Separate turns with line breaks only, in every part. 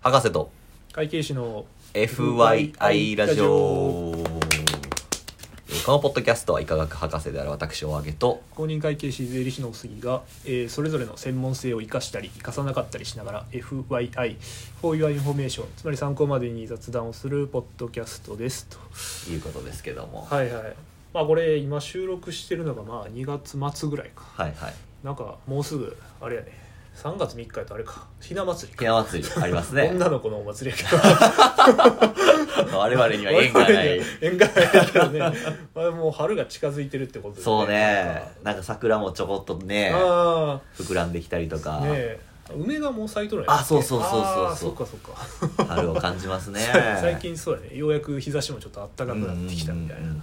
博士と
会計士の
FYI ラジオえーこのポッドキャストは医科学博士である私おあげと
公認会計士税理士の杉が、えーそれぞれの専門性を生かしたり生かさなかったりしながら FYI for your information つまり参考までに雑談をするポッドキャストですと
いうことですけども、
はいはいまあこれ今収録してるのがまあ2月末ぐらいか
はい、はい
なんかもうすぐあれやね3月3日やとあれかひな祭り
ひ
か
な祭りありますね
女の子のお祭りやけど
我々には 縁が ない
縁がないけどねまあもう春が近づいてるってことで、
そうねなんか桜もちょこっとね
ああ
膨らんできたりとか、
ねえ梅がもう咲いとるんや
あそうそうそうそう
あーそっかそっか
春を感じますね
最近そうやねようやく日差しもちょっと暖かくなってきたみたいな
うんうんうん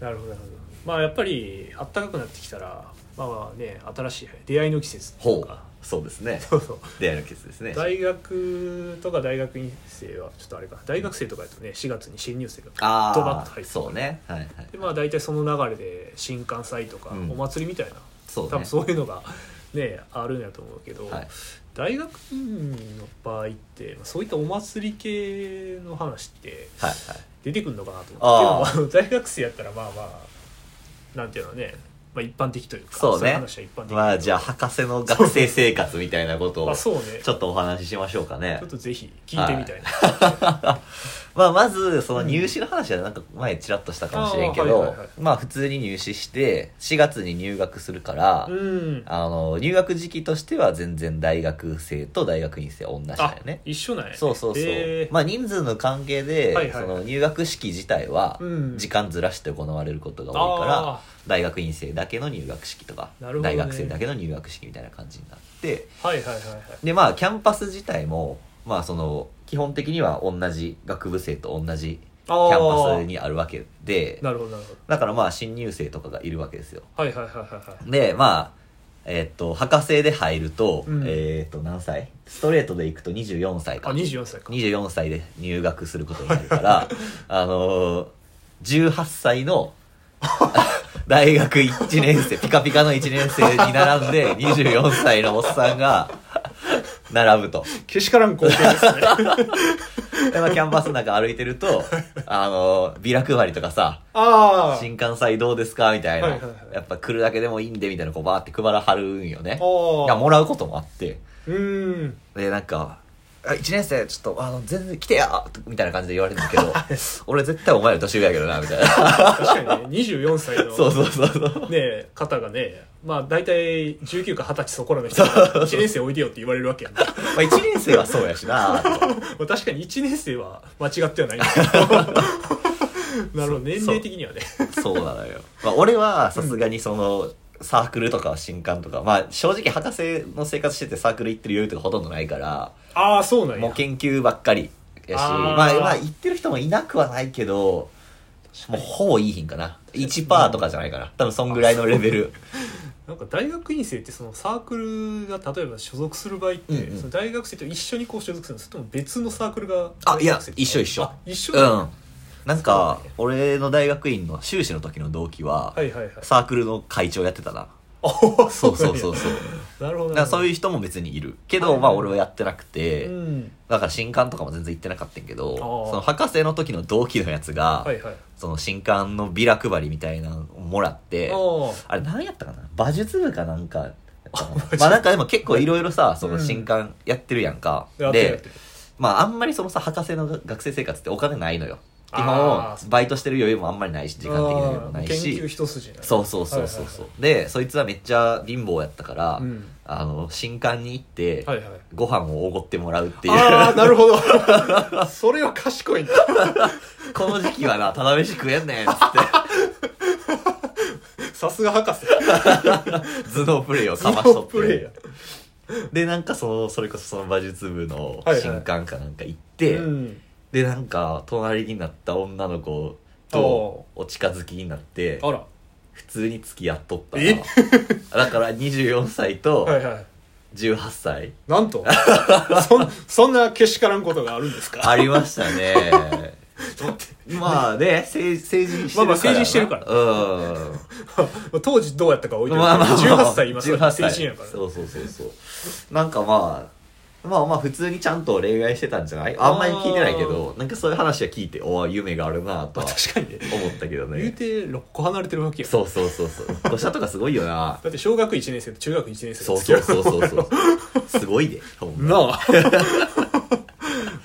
なるほどなるほどまあやっぱり暖かくなってきたらまあまあね新しい出会いの季節ってい
ほ
う
う
か
そうです ね
そうそう
出会いの季節ですね
大学とか大学院生はちょっとあれか大学生とかやとね4月に新入生が
あ
ドバッと入
あ
って
そうねはいはい
でまあ大体その流れで新幹祭とか
うん
お祭りみたいな、
そうね
多分そういうのがねあるんやと思うけど、
はい
大学院の場合ってまあそういったお祭り系の話って
はいはい
出てくるのかなと
あ
思ってでもあの大学生やったらまあまあなんていうのね、まあ、一般的というか
そう
いう
ね
話は一般的
まあじゃあ博士の学生生活みたいなことを
まあ
ち
そうねち
ょ
ょ
っとお話ししましょうかね
っとぜひ聞いてみたいな、
まあまずその入試の話はなんか前ちらっとしたかもしれんけ
あーは
ど
いはいはい
まあ普通に入試して4月に入学するから
うん
あの入学時期としては全然大学生と大学院生は同じだよね
一緒なんや
そうそうそう、
えー
まあ人数の関係で、
はいはいはい
その入学式自体は
うん
時間ずらして行われることが多いから、
あ
大学院生だけの入学式とか、
なるほどね
大学生だけの入学式みたいな感じになって
はいはいはいはい
でまあキャンパス自体もまあその基本的には同じ学部生と同じ
キ
キャンパスにあるわけで
なるほどなるほど
だからまあ新入生とかがいるわけですよ
はいはいはいはいはい
でまあえっと博士で入ると、
うん
えっと何歳ストレートでいくと24歳
あ
か
24歳か
24歳で入学することになるから あのー、18歳の 大学1年生ピカピカの1年生に並んで24歳のおっさんが並ぶと
けしからん光景ですね
で、まあ、キャンパスの中歩いてるとあのービラ配りとかさ
ああ
新幹線どうですかみたいな、
はいはいはい
やっぱ来るだけでもいいんでみたいなこうバーって配らはるんよね
おー
いやもらうこともあって
うーん
でなんか「あ1年生ちょっとあの全然来てや!」みたいな感じで言われるんだけ ど俺絶対お前より年上やけどなみたいな
確かにね24歳 の
そうそうそうそう
ね方がねまあ大体19か20歳そこらの人が1年生おいでよって言われる わけやん、ね、
まあ1年生は そうやしなとか
まあ確かに1年生は間違って はないんだけどなるほど年齢的にはね
そうなのよ、まあ、俺はさすがにそのサークルとか新刊とかまあ正直博士の生活しててサークル行ってる余裕とかほとんどないから
ああそうなん
も
や
う研究ばっかりやし
あー
まあまあ行ってる人もいなくはないけどもうほぼいいひんかな1%とかじゃないかな多分そんぐらいのレベル
なんか大学院生ってそのサークルが例えば所属する場合って、
うんうん
その大学生と一緒にこう所属するのそれとも別のサークルが
あいや
大学生とか
一緒一緒
あ一緒
う
なんや
んなんか俺の大学院の修士の時の同期は
はいはいはい
サークルの会長やってたな
あ
そうそうそう
う
そう
なるほど
だから
なるほど
そういう人も別にいるけ
はい
ど
はい
まあ俺はやってなく
う
て
ん
だから新刊とかも全然行ってなかったんやけど
あー
その博士の時の同期のやつが
はいはい
その新刊のビラ配りみたいなのをもらって
あ
あれ何やったかな馬術部かなんか やったかなまあなんかでも結構いろいろさその新刊やってるやんか、
あやってるやっ
で
てる
まああんまりそのさ博士の学生生活ってお金ないのよ基
あ
本
ー
バイトしてる余裕もあんまりないし時間的な余裕もない
あー研究
し
一筋なんや
そうそうそうそうそう、でそいつはめっちゃ貧乏やったから、
うん
あの新刊に行って、
はいはい
ご飯をおごってもらうっていう
ああ
こ
なるほどそれは賢いな
の時期はなただ飯食えんねん っつっ
さすが博士
て頭脳プレイをかましと
頭脳
っ
プレイ
て
ヤ
でなんかそのそれこそその馬術部の
はいはい
新刊かなんか行っ
ー
て、
うん
でなんか隣になった女の子とお近づきになって
あら
普通に付き合っとった
え
な だから24歳と
はいはい
18歳
な んとそんそんなけしからんことがあるんですか
ありました ねまあね成成人してるからな
まあまあ成人してるから
うん
当時どうやったか置いてる
まあまあ
18歳今
18
成人やから
そうそうそうそうなんかまあまあまあ普通にちゃんと恋愛してたんじゃないあんまり聞いてないけどなんかそういう話は聞いておー夢があるなと
ま
は
あ確かにね
思ったけど
言う
ね
て6個離れてるわけや
そうそうそうそう土砂とかすごいよ な
だって小学1年生と中学1年生
そう
が付き
そ
合
うそうそうそうすごいで、ね、ほんま
なあ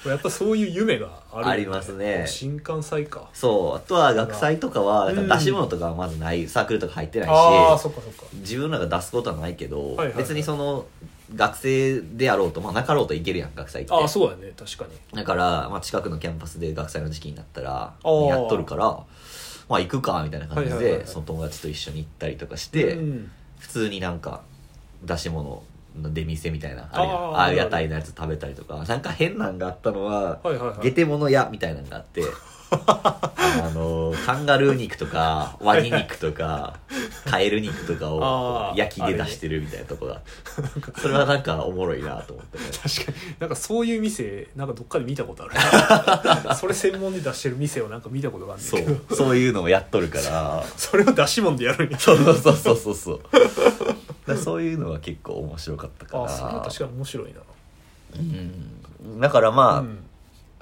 やっぱそういう夢がある
ありますね
新幹祭か
そうあとは学祭とかは
うん
なんか出し物とかはまずないサークルとか入ってない
ああ
し
そっかそっか
自分らが出すことはないけど、
はいはいはい
別にその学生であろうと、まあ、なかろうといけるやん学祭って
ああそうやね確かに
だから、まあ、近くのキャンパスで学祭の時期になったら
ー
やっとるからまあ行くかみたいな感じで、
はいはいはいはい
その友達と一緒に行ったりとかして、
うん
普通になんか出し物の出店みたいなあれや
あー
ああいう屋台のやつ食べたりとかなんか変なんがあったのは、
はいはいは
下
い
手物屋みたいなのがあって あのカンガルー肉とかワニ肉とかカエル肉とか
あ
を
ー
焼きで出してるみたいなとこがそれはなんかおもろいなと思ってね
確かになんかそういう店なんかどっかで見たこと あるそれ専門で出してる店をなんか見たことがあるんだ
そ
けど
うそういうのをやっとるから
それを出し物でやるんや
そうそうそうそうそうそうだからそういうのは結構面白かったか
あ
ら
あそれは確かに面白いな
うんだからまあ、
うん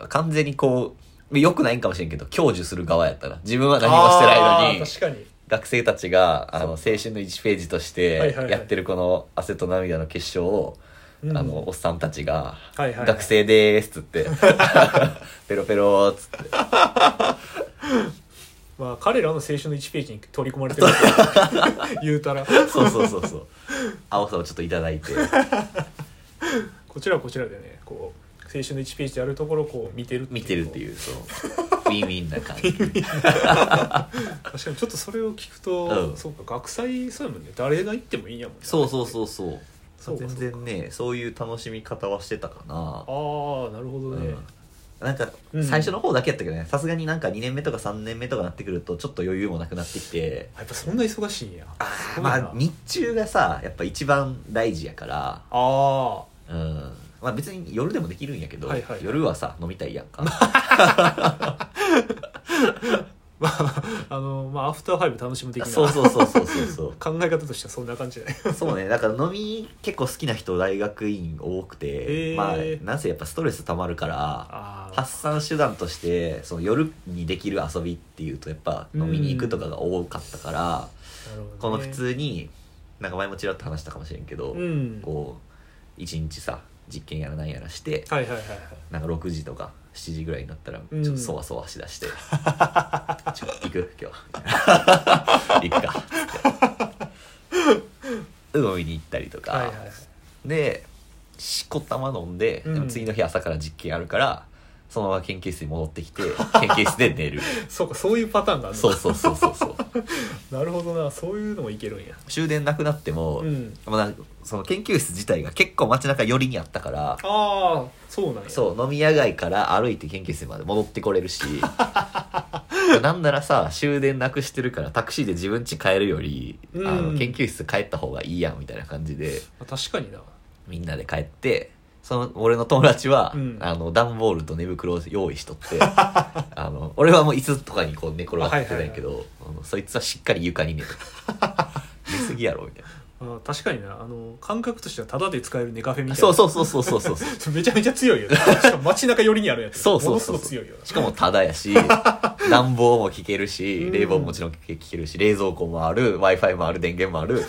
完全にこう良くないんかもしれんけど享受する側やったら自分は何もしてないの
あ
に
ー確かに
学生たちがあの青春の1ページとして
はいはいはい
やってるこの汗と涙の結晶を、
うん
あのおっさんたちが「
はいはいはい
学生でーす」っつっ て「ペロペロ」っつって
まあ彼らの青春の1ページに取り込 まれてるわけ言うたら
そうそうそうそう青さをちょっといただいて
こちらはこちらでねこう青春の1ページであるところをこう見てる
見てるって
う
いうそうウィンウィンな感じ
確かにちょっとそれを聞くと、
うん
そうか学祭そうやもんね誰が行ってもいいんやもんね
そうそうそううそう
そうか
全然ねそういう楽しみ方はしてたかな
ああなるほどね、
うんなんか
うん
最初の方だけやったけどねさすがになんか2年目とか3年目とかなってくるとちょっと余裕もなくなってきて
やっぱそんな忙しいんやすごい
ま
な
あ日中がさやっぱ一番大事やから
あ
うんまあ別に夜でもできるんやけど、
はいはい
夜はさ飲みたいやんか
ー あのまあアフターファイブ楽しむ的な
そうそうそうそうそうそう
考え方としてはそんな感じ だね
そうねだから飲み結構好きな人大学院多くて、
へー
まあなんせやっぱストレス溜まるから
ああ
発散手段としてその夜にできる遊びっていうとやっぱ飲みに行くとかが多かったから、
なるほど、ね、
この普通になんか前もちらっと話したかもしれんけど、
うん
こう一日さ実験やらなんやらして
はいはいはいはい
なんか6時とか7時ぐらいになったらち
う
ょっ
ん
とそわそわしだ して「ちょ行く今日 行くか」つって飲みに行ったりとか、
はいはいはい
でしこたま飲んで、
うん
次の日朝から実験あるからそのまま研究室に戻ってきて研究室で寝 る
そうかそういうパターンがあるの
そうそうそうそうそう
なるほどなそういうのもいけるんや
終電なくなっても、
うん
まあ、その研究室自体が結構街中寄りにあったから
ああそうなんや
そう飲み屋街から歩いて研究室まで戻ってこれる しなんならさ終電なくしてるからタクシーで自分家帰るより、
うん
あの研究室帰った方がいいやんみたいな感じで
まあ確かにな
みんなで帰ってその俺の友達は、
うん
あの段ボールと寝袋を用意しとって あの俺はもう椅子とかにこう寝転がってたんやけど、あのそいつはしっかり床に寝てた 寝すぎやろみたいな
あー確かになあの感覚としてはタダで使えるネカフェみたいな
そうそうそうそうそうそう
う めちゃめちゃ強いよねしかも街中寄りにあるやつ
そうそうそう
ものすごく強いよな
しかもタダや し暖房も効けるし
うん
冷房ももちろん効けるし冷蔵庫もある w i f i もある電源もあ る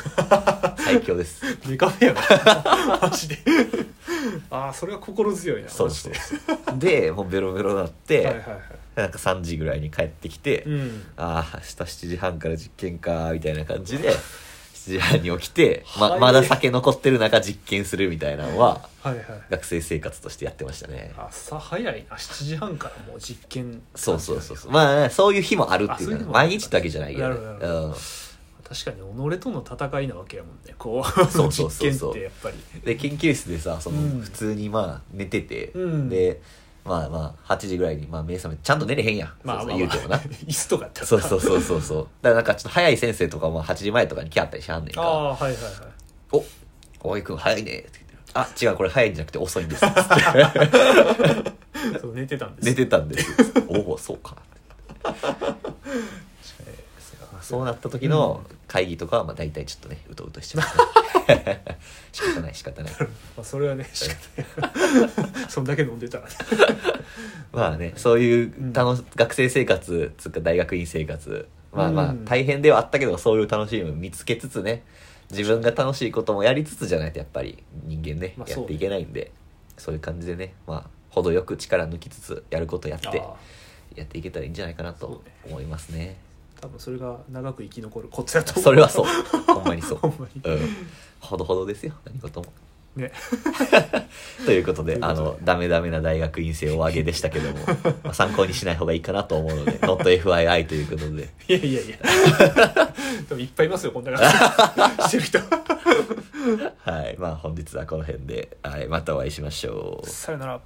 最強です
ネカフェやな マジでああそれは心強いな
そう
マジ
そ
で
うそうでもうベロベロになって、
はいはいはい
なんか3時ぐらいに帰ってきて、
うん
ああ明日7時半から実験かみたいな感じで7時 半に起きて、
は
ま
い
まだ酒残ってる中実験するみたいなのは
はいはい
学生生活としてやってましたね
朝早いな7時半からもう実験
そうそうそうそうまあそういう日もあるってい
あそういう
か
う日もある
毎日だけじゃないけど,、ね
なるほどなる
うん、
確かに己との戦いなわけやもんねこう
そうそうそうそう
実験ってやっぱり
で研究室でさその
うん
普通にまあ寝てて、
うん
でまあまあ8時ぐらいにまあ目覚めてちゃんと寝れへんやん
まあ
そう
ま
そ
あ、
う
ま
言
あ、
うて もな
椅子とかやって
そうそうそうそうそうだからなんかちょっと早い先生とかも8時前とかに来はったりしはんねん
あ
か
あはいはいはい
「お大井君早いね」って言ってる「あ違うこれ早いんじゃなくて遅いんです」
そう寝てたんです
寝 てたんですおおそうかそうなった時の会議とかはまあ大体ちょっとねうとうとしちゃう 仕方ない仕方ない
まあ、それはね仕方ない そんだけ飲んでたら、ね、
まあねそういう楽し、学生生活つうか大学院生活まあまあ大変ではあったけどそういう楽しみも見つけつつね自分が楽しいこともやりつつじゃないとやっぱり人間ね、
まあ
や
そう
っていけないんでそういう感じでねまあ程よく力抜きつつやることやっ
あ
て
あ
やっていけたらいいんじゃないかなと思いますね
多分それが長く生き残るコツだと思う
それはそうほんまにそう
ほんまに
うんほどほどですよ何事も
ね
ということで
ということ
あ
で
のダメダメな大学院生お上げでしたけど も、まあ、参考にしない方がいいかなと思うので NotFII ということで
いやいやいや でもいっぱいいますよこんな感じ してる人
はいまあ本日はこの辺で、はい、またお会いしましょう
さよなら